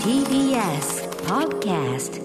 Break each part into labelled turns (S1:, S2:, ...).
S1: TBS Podcast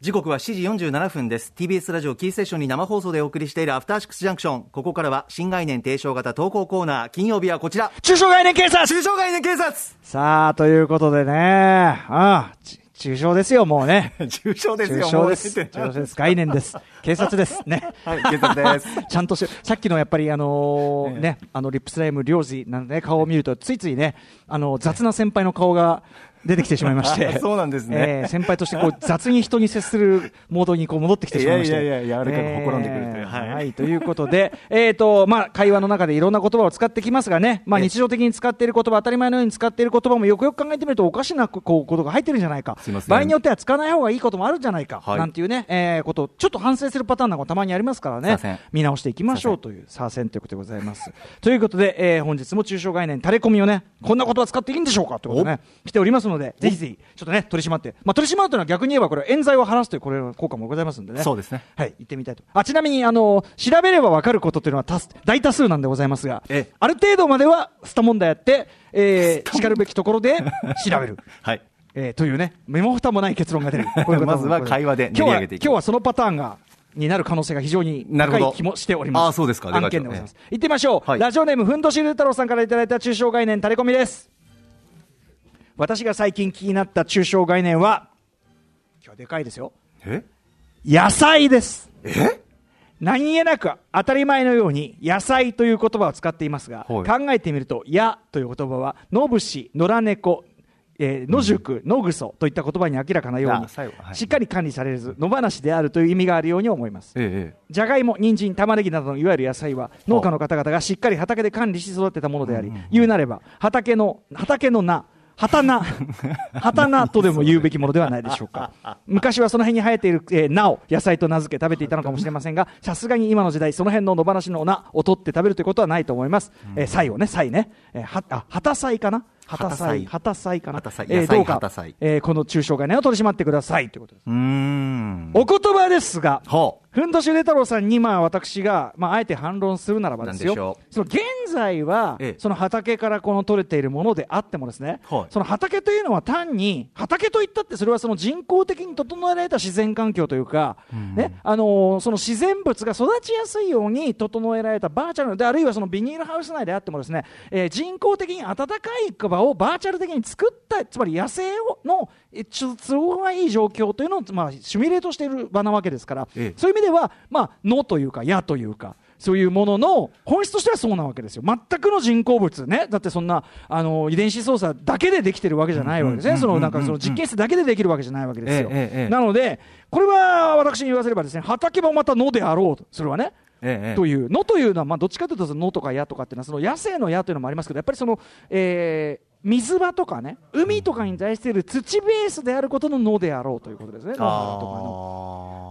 S2: 時刻は7時47分です TBS ラジオキーステーションに生放送でお送りしているアフターシックスジャンクションここからは新概念提唱型投稿コーナー金曜日はこちら
S3: 中小概念警察
S2: 中小概念警察
S3: さあ、ということでね、ああ、ち中小ですよ、もうね。
S2: 中小 です
S3: 中
S2: よ
S3: 小です。中
S2: もう
S3: 小です。概念です。警察です。ね。
S2: はい警察です
S3: ちゃんとし、さっきのやっぱりあのーね、あのリップスライム領事なんで、ね、顔を見ると、ついついね、あの雑な先輩の顔が出てきてしまいまし て。
S2: そうなんですね
S3: えー先輩としてこう雑に人に接するモードにこう戻ってきてしまいまして。
S2: いやいやいや柔らかくほころんでくるという
S3: えー
S2: はい
S3: はい、ということで、えっと、まあ、会話の中でいろんな言葉を使ってきますがね、まあ、
S2: ええ
S3: 日常的に使っている言葉、当たり前のように使っている言葉もよくよく考えてみると、おかしなこうことが入ってるんじゃないか
S2: すいません。
S3: 場合によっては使わない方がいいこともあるんじゃないか、
S2: はい
S3: なんていうね、えーことをちょっと反省するパターンなんかもたまにありますから
S2: すいま
S3: ね
S2: せん、
S3: 見直していきましょうという、左遷ということでございます。ということで、えー本日も中小概念、タレコミをね、こんな言葉使っていいんでしょうかということでね、来ておりますので、ぜひぜひ、ちょっとね、取り締まって、まあ、取り締まるというのは逆に言えば、これ、冤罪を晴らすという、これの効果もございますんでね。
S2: そうですね
S3: はい、行ってみたいと。あ、ちなみに、あの、調べればわかることというのは多数大多数なんでございますが
S2: ええ、
S3: ある程度までは、スタ問題やって、えー、叱るべきところで 調べる。
S2: はい
S3: えー、というね、メモ蓋もない結論が出る。 こういうこと
S2: まずは会話で練り上げていきます
S3: 今日は今日はそのパターンが、になる可能性が非常に
S2: なる
S3: 高
S2: ほど
S3: い気もしております。
S2: あーそうですか
S3: 案件でございます。行ってみましょう。
S2: はい
S3: ラジオネーム、ふんどしるうたろうさんからいただいた抽象概念、タレコミです。私が最近気になった抽象概念は、今日でかいですよ。
S2: え
S3: 野菜です。何気なく当たり前のように野菜という言葉を使っていますが、
S2: はい
S3: 考えてみると「や」という言葉は「野節」「野良猫」えー野宿、野草といった言葉に明らかなよう
S2: あ
S3: に
S2: 最後はい
S3: しっかり管理されず野放しであるという意味があるように思います
S2: ええ
S3: じゃがいも、人参、玉ねぎなどのいわゆる野菜は農家の方々がしっかり畑で管理し育てたものであり、言うなれば畑の畑の名、畑菜、畑菜とでも言うべきものではないでしょうか。昔はその辺に生えている、えー菜を野菜と名付け食べていたのかもしれませんが、さすがに今の時代、その辺の野放しの菜を取って食べるということはないと思います。えー、菜をね、菜ね。えー、は、あ、畑菜かな畑菜、畑菜かな
S2: 畑菜
S3: え
S2: 野
S3: ー
S2: 菜
S3: どうか
S2: 畑菜、
S3: えーこの中小概念を取り締まってくださいということです。
S2: うーん
S3: お言葉ですが、
S2: ほう
S3: ふんどしゅで太郎さんに、まあ、私が、まあ、あえて反論するならばで
S2: な
S3: す
S2: んでし
S3: よ
S2: ょ。
S3: その現在は
S2: ええ、
S3: その畑からこの取れているものであってもですね、
S2: はい
S3: その畑というのは単に、畑といったってそれはその人工的に整えられた自然環境というか、ね、あのーその自然物が育ちやすいように整えられたバーチャルで、あるいはそのビニールハウス内であってもですね、えー人工的に暖かい場をバーチャル的に作った、つまり野生をの、えちょ都合がいい状況というのを、まあ、シミュレートしている場なわけですから、
S2: ええ
S3: そういう意味では、まあ、のというか、やというか、そういうものの本質としてはそうなわけですよ。全くの人工物ね。だってそんな、あの、遺伝子操作だけでできてるわけじゃないわけですね。その、なんかその実験室だけでできるわけじゃないわけですよ
S2: ええええ。
S3: なので、これは私に言わせればですね、畑もまたのであろうと、それはね。
S2: ええ
S3: というのというのは、まあ、どっちかというとその野とか矢とかっていうのはその野生の矢というのもありますけどやっぱりその、えー水場とかね海とかに対している土ベースであることの野であろうということですね。野原とかの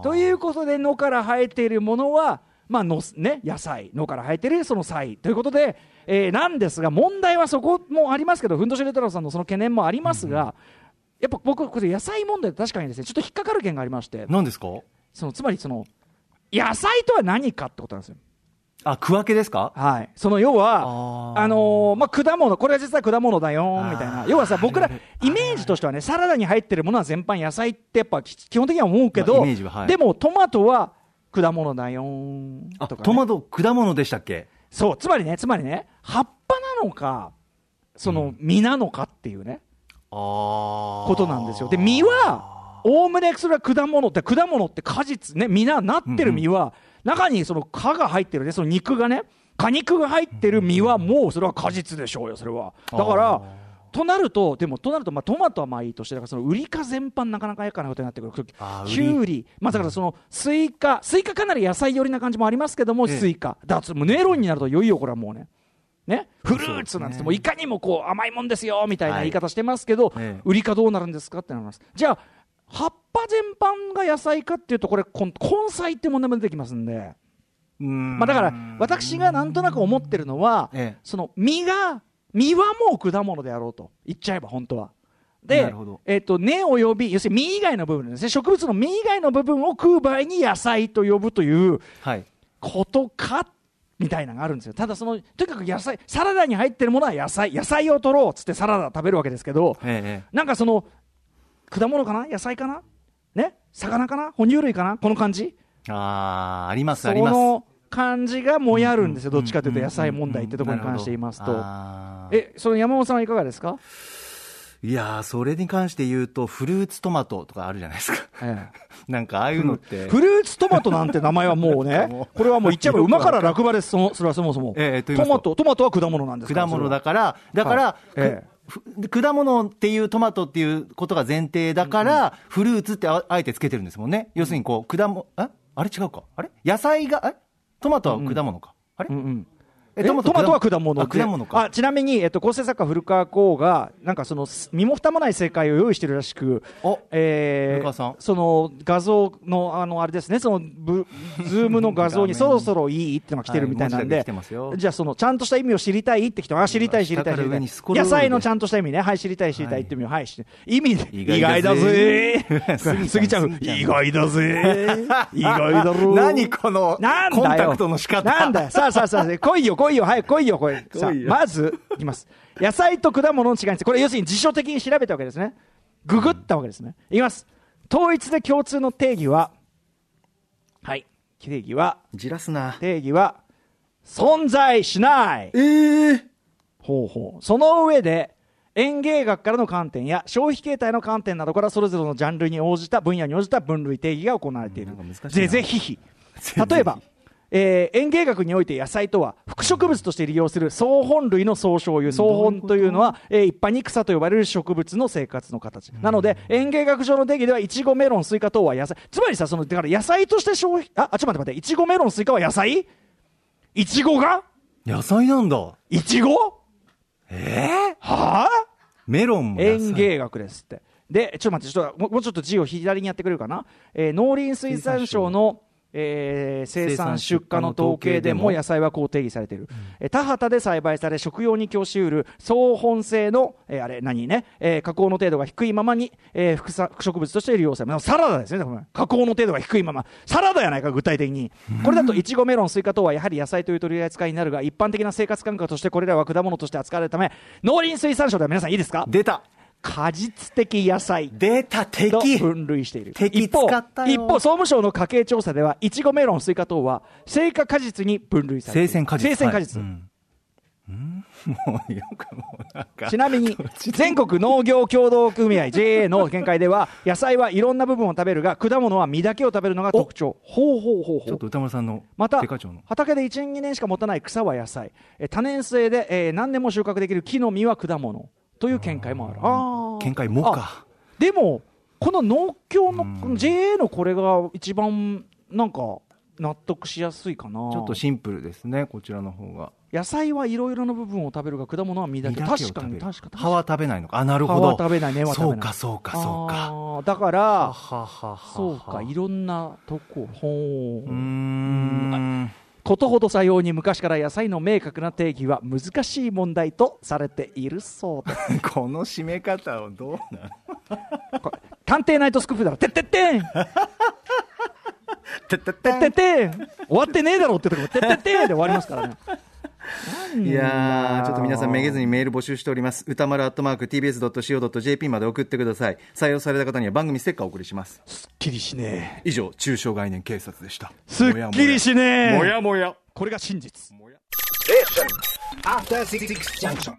S2: あー
S3: ということで野から生えているものは、まあのね、野菜野から生えているその菜ということで、えーなんですが問題はそこもありますけどふんどしレトロさんのその懸念もありますが、やっぱ僕これ野菜問題確かにですねちょっと引っかかる件がありまして
S2: 何ですか
S3: そのつまりその野菜とは何かってことなんですよ。
S2: あ区分けですか
S3: はい、その要
S2: あ
S3: は
S2: ー
S3: あのーまあ、果物これが実は果物だよーみたい
S2: あ
S3: な
S2: ー
S3: 要はさ僕ら
S2: ある
S3: イメージとしてはねサラダに入ってるものは全般野菜ってやっぱき基本的には思うけど、
S2: まあイメージははい
S3: でもトマトは果物だよー
S2: あ
S3: とかね、
S2: トマト果物でしたっけ
S3: そうつまりねつまりね葉っぱなのかその実なのかっていうね、
S2: ああ
S3: ことなんですよで実はおおむねそれは果物って果物って果実ね実ななってる実は、中にその果が入ってるねその肉がね果肉が入ってる実はもうそれは果実でしょうよそれはだか
S2: あ
S3: ら
S2: ー
S3: となるとでもとなるとまあトマトはまあいいとしてだからその売りか全般なかなかやかなことになってくる
S2: あー
S3: きゅうりまあだからそのスイカスイカかなり野菜寄りな感じもありますけども
S2: ええ
S3: スイカだからメロンになるといよいよこれはもうねね、フルーツなん
S2: そうで
S3: です
S2: すね
S3: もういかにもこう甘いもんですよみたいな
S2: はい
S3: 言い方してますけど、
S2: ええ
S3: 売りかどうなるんですかってなりますじゃあ葉っぱ全般が野菜かっていうとこれ根根菜って問題も出てきますんで、
S2: ま
S3: まあ、だから私がなんとなく思ってるのは、
S2: ええ
S3: その実が実はもう果物であろうと言っちゃえば本当は。
S2: な
S3: で
S2: るほど、
S3: えっと根および要するに実以外の部分ですね植物の実以外の部分を食う場合に野菜と呼ぶという
S2: はい
S3: ことかみたいなのがあるんですよただそのとにかく野菜サラダに入ってるものは野菜野菜を取ろうっつってサラダ食べるわけですけど、
S2: ええ
S3: なんかその果物かな野菜かなね魚かな哺乳類かなこの感じ
S2: あーあります
S3: そ
S2: あります
S3: の感じがもやるんですよどっちかというと
S2: うんうんうん
S3: 野菜問題ってところに関して言います
S2: なる
S3: と
S2: ほどあー
S3: えその山本さんはいかがですか、
S2: いやーそれに関して言うとフルーツトマトとかあるじゃないですか
S3: ええ
S2: なんかああいうのって
S3: フルーツトマトなんて名前はもうね
S2: も、
S3: これはもう言っちゃえば馬から落馬です、そのそれはそもそも、
S2: ええと言いま
S3: ト
S2: すと
S3: マト、トマトは果物なんですから
S2: 果物だ
S3: そ
S2: から、だから、
S3: はいええ
S2: くふ果物っていうトマトっていうことが前提だから、フルーツってああえてつけてるんですもんね。要するにこう、果物、えあれ違うかあれ野菜が、えトマトは果物か、あれ、
S3: れはうんうん
S2: え
S3: えトマトは果物
S2: あ
S3: で
S2: 果物か。
S3: あちなみに、えっと、構成作家古川光がなんかそのす身も蓋もない正解を用意してるらしく
S2: お、
S3: え
S2: 古川さん
S3: その画像のあのあれですねそのブズームの画 像にそろそろいいってのが来てるみたいなん
S2: はい文字だけ来
S3: で
S2: てますよ
S3: じゃあそのちゃんとした意味を知りたいって人あ知りたい知りたい
S2: 下か
S3: 知
S2: ら
S3: りた
S2: 上
S3: い
S2: にスクロール
S3: 野
S2: で
S3: 菜のちゃんとした意味ねはい知りたい知りたいって意味をはいし意味で
S2: 意
S3: 意
S2: 外
S3: 外
S2: だ
S3: だ
S2: ぜ
S3: ぜ
S2: 過
S3: 過
S2: ぎ
S3: ぎ
S2: ち
S3: ち
S2: ゃ
S3: ゃ
S2: う
S3: う意外だぜ意外だ ろ
S2: 何この
S3: なんだよ
S2: コンタクトの仕方
S3: なんだよ。さあさあさあ、来いよ来いよ、はい、来いよ、来い。さあ、
S2: 来いよ
S3: まず、いきます。野菜と果物の違いについて、これ要するに辞書的に調べたわけですね。ググったわけですね。いきます。統一で共通の定義は、はい。定義は、
S2: じらすな。
S3: 定義は、存在しない。
S2: えー、
S3: ほうほうその上で園芸学からの観点や消費形態の観点などからそれぞれのジャンルに応じた分野に応じた分類定義が行われている
S2: うんなんか難しいな
S3: ぜぜひひ
S2: ぜひ
S3: 例えば、えー園芸学において野菜とは副植物として利用する草本類の総称いう草本というのはえー一般に草と呼ばれる植物の生活の形なので園芸学上の定義ではいちごメロンスイカ等は野菜つまりさそのだから野菜として消費ああちょっと待って待っていちごメロンスイカは野菜いちごが
S2: 野菜なんだ。
S3: いちご
S2: えー、
S3: はあ
S2: メロンも野菜。
S3: 園芸学ですって。で、ちょっと待って、ちょっともうもうちょっと字を左にやってくれるかな。えー農林水産省のえー生産
S2: 生産
S3: 出
S2: 出荷
S3: 荷
S2: の
S3: の
S2: 統
S3: 統
S2: 計
S3: 計
S2: で
S3: で
S2: も
S3: も野菜はこう定義されている、えー田畑で栽培され食用に供しうる総本性の、えーあれ何ね、えー加工の程度が低いままに、えー副産副植物として利用されるサラダですねこれ加工の程度が低いままサラダやないか具体的にこれだといちごメロンスイカ等はやはり野菜という取り扱いになるが一般的な生活感覚としてこれらは果物として扱われるため農林水産省では皆さんいいですか
S2: 出た。
S3: 果実的野菜
S2: 出た
S3: と
S2: 敵。
S3: 分類している
S2: 敵
S3: 一方
S2: 使ったよ
S3: 一方総務省の家計調査ではいちごメロンスイカ等は生果果実に分類されてい
S2: 生鮮
S3: る
S2: 果実。
S3: 生鮮果実、
S2: はいうんうんもうよくもうなんか。
S3: ちな みに全国農業協同組合 JA の見解では野菜はいろんな部分を食べるが果物は実だけを食べるのが特徴ほうほうほう
S2: ち
S3: ほ
S2: ょっ
S3: う
S2: と歌丸さんの、
S3: また
S2: デカ長の。
S3: 畑で12年しか持たない草は野菜え多年生で、えー何年も収穫できる木の実は果物という見解もあるあー
S2: 見解もか。
S3: でもこの農協のこの JA のこれが一番なんか納得しやすいかな
S2: ちょっとシンプルですね、こちらの方が。
S3: 野菜はいろいろな部分を食べるが果物は実だけ
S2: 実だけを
S3: 確か
S2: 食べ
S3: に
S2: る
S3: 確かに
S2: 葉は食べないのか。あ、なるほど。
S3: 葉は食べない根は食べな
S2: そう
S3: い
S2: か、そうか、そうか。
S3: あーだから
S2: はははは
S3: そうかいろんなとこほ
S2: うー。
S3: うんことほどさように昔から野菜の明確な定義は難しい問題とされているそうです
S2: この締め方をどうなの
S3: これ探偵ナイトスクープだろてってってん
S2: てってって
S3: ってってん終わってねえだろってとこてってってんで終わりますからね
S2: いやー、ちょっと皆さんめげずにメール募集しております。歌丸アットマーク tbs.co.jp まで送ってください。採用された方には番組ステッカーをお送りします。
S3: すっきりしねえ
S2: 以上、中小概念警察でした。
S3: すっきりしねえ
S2: もやもや。
S3: これが真実
S4: After Six Junction.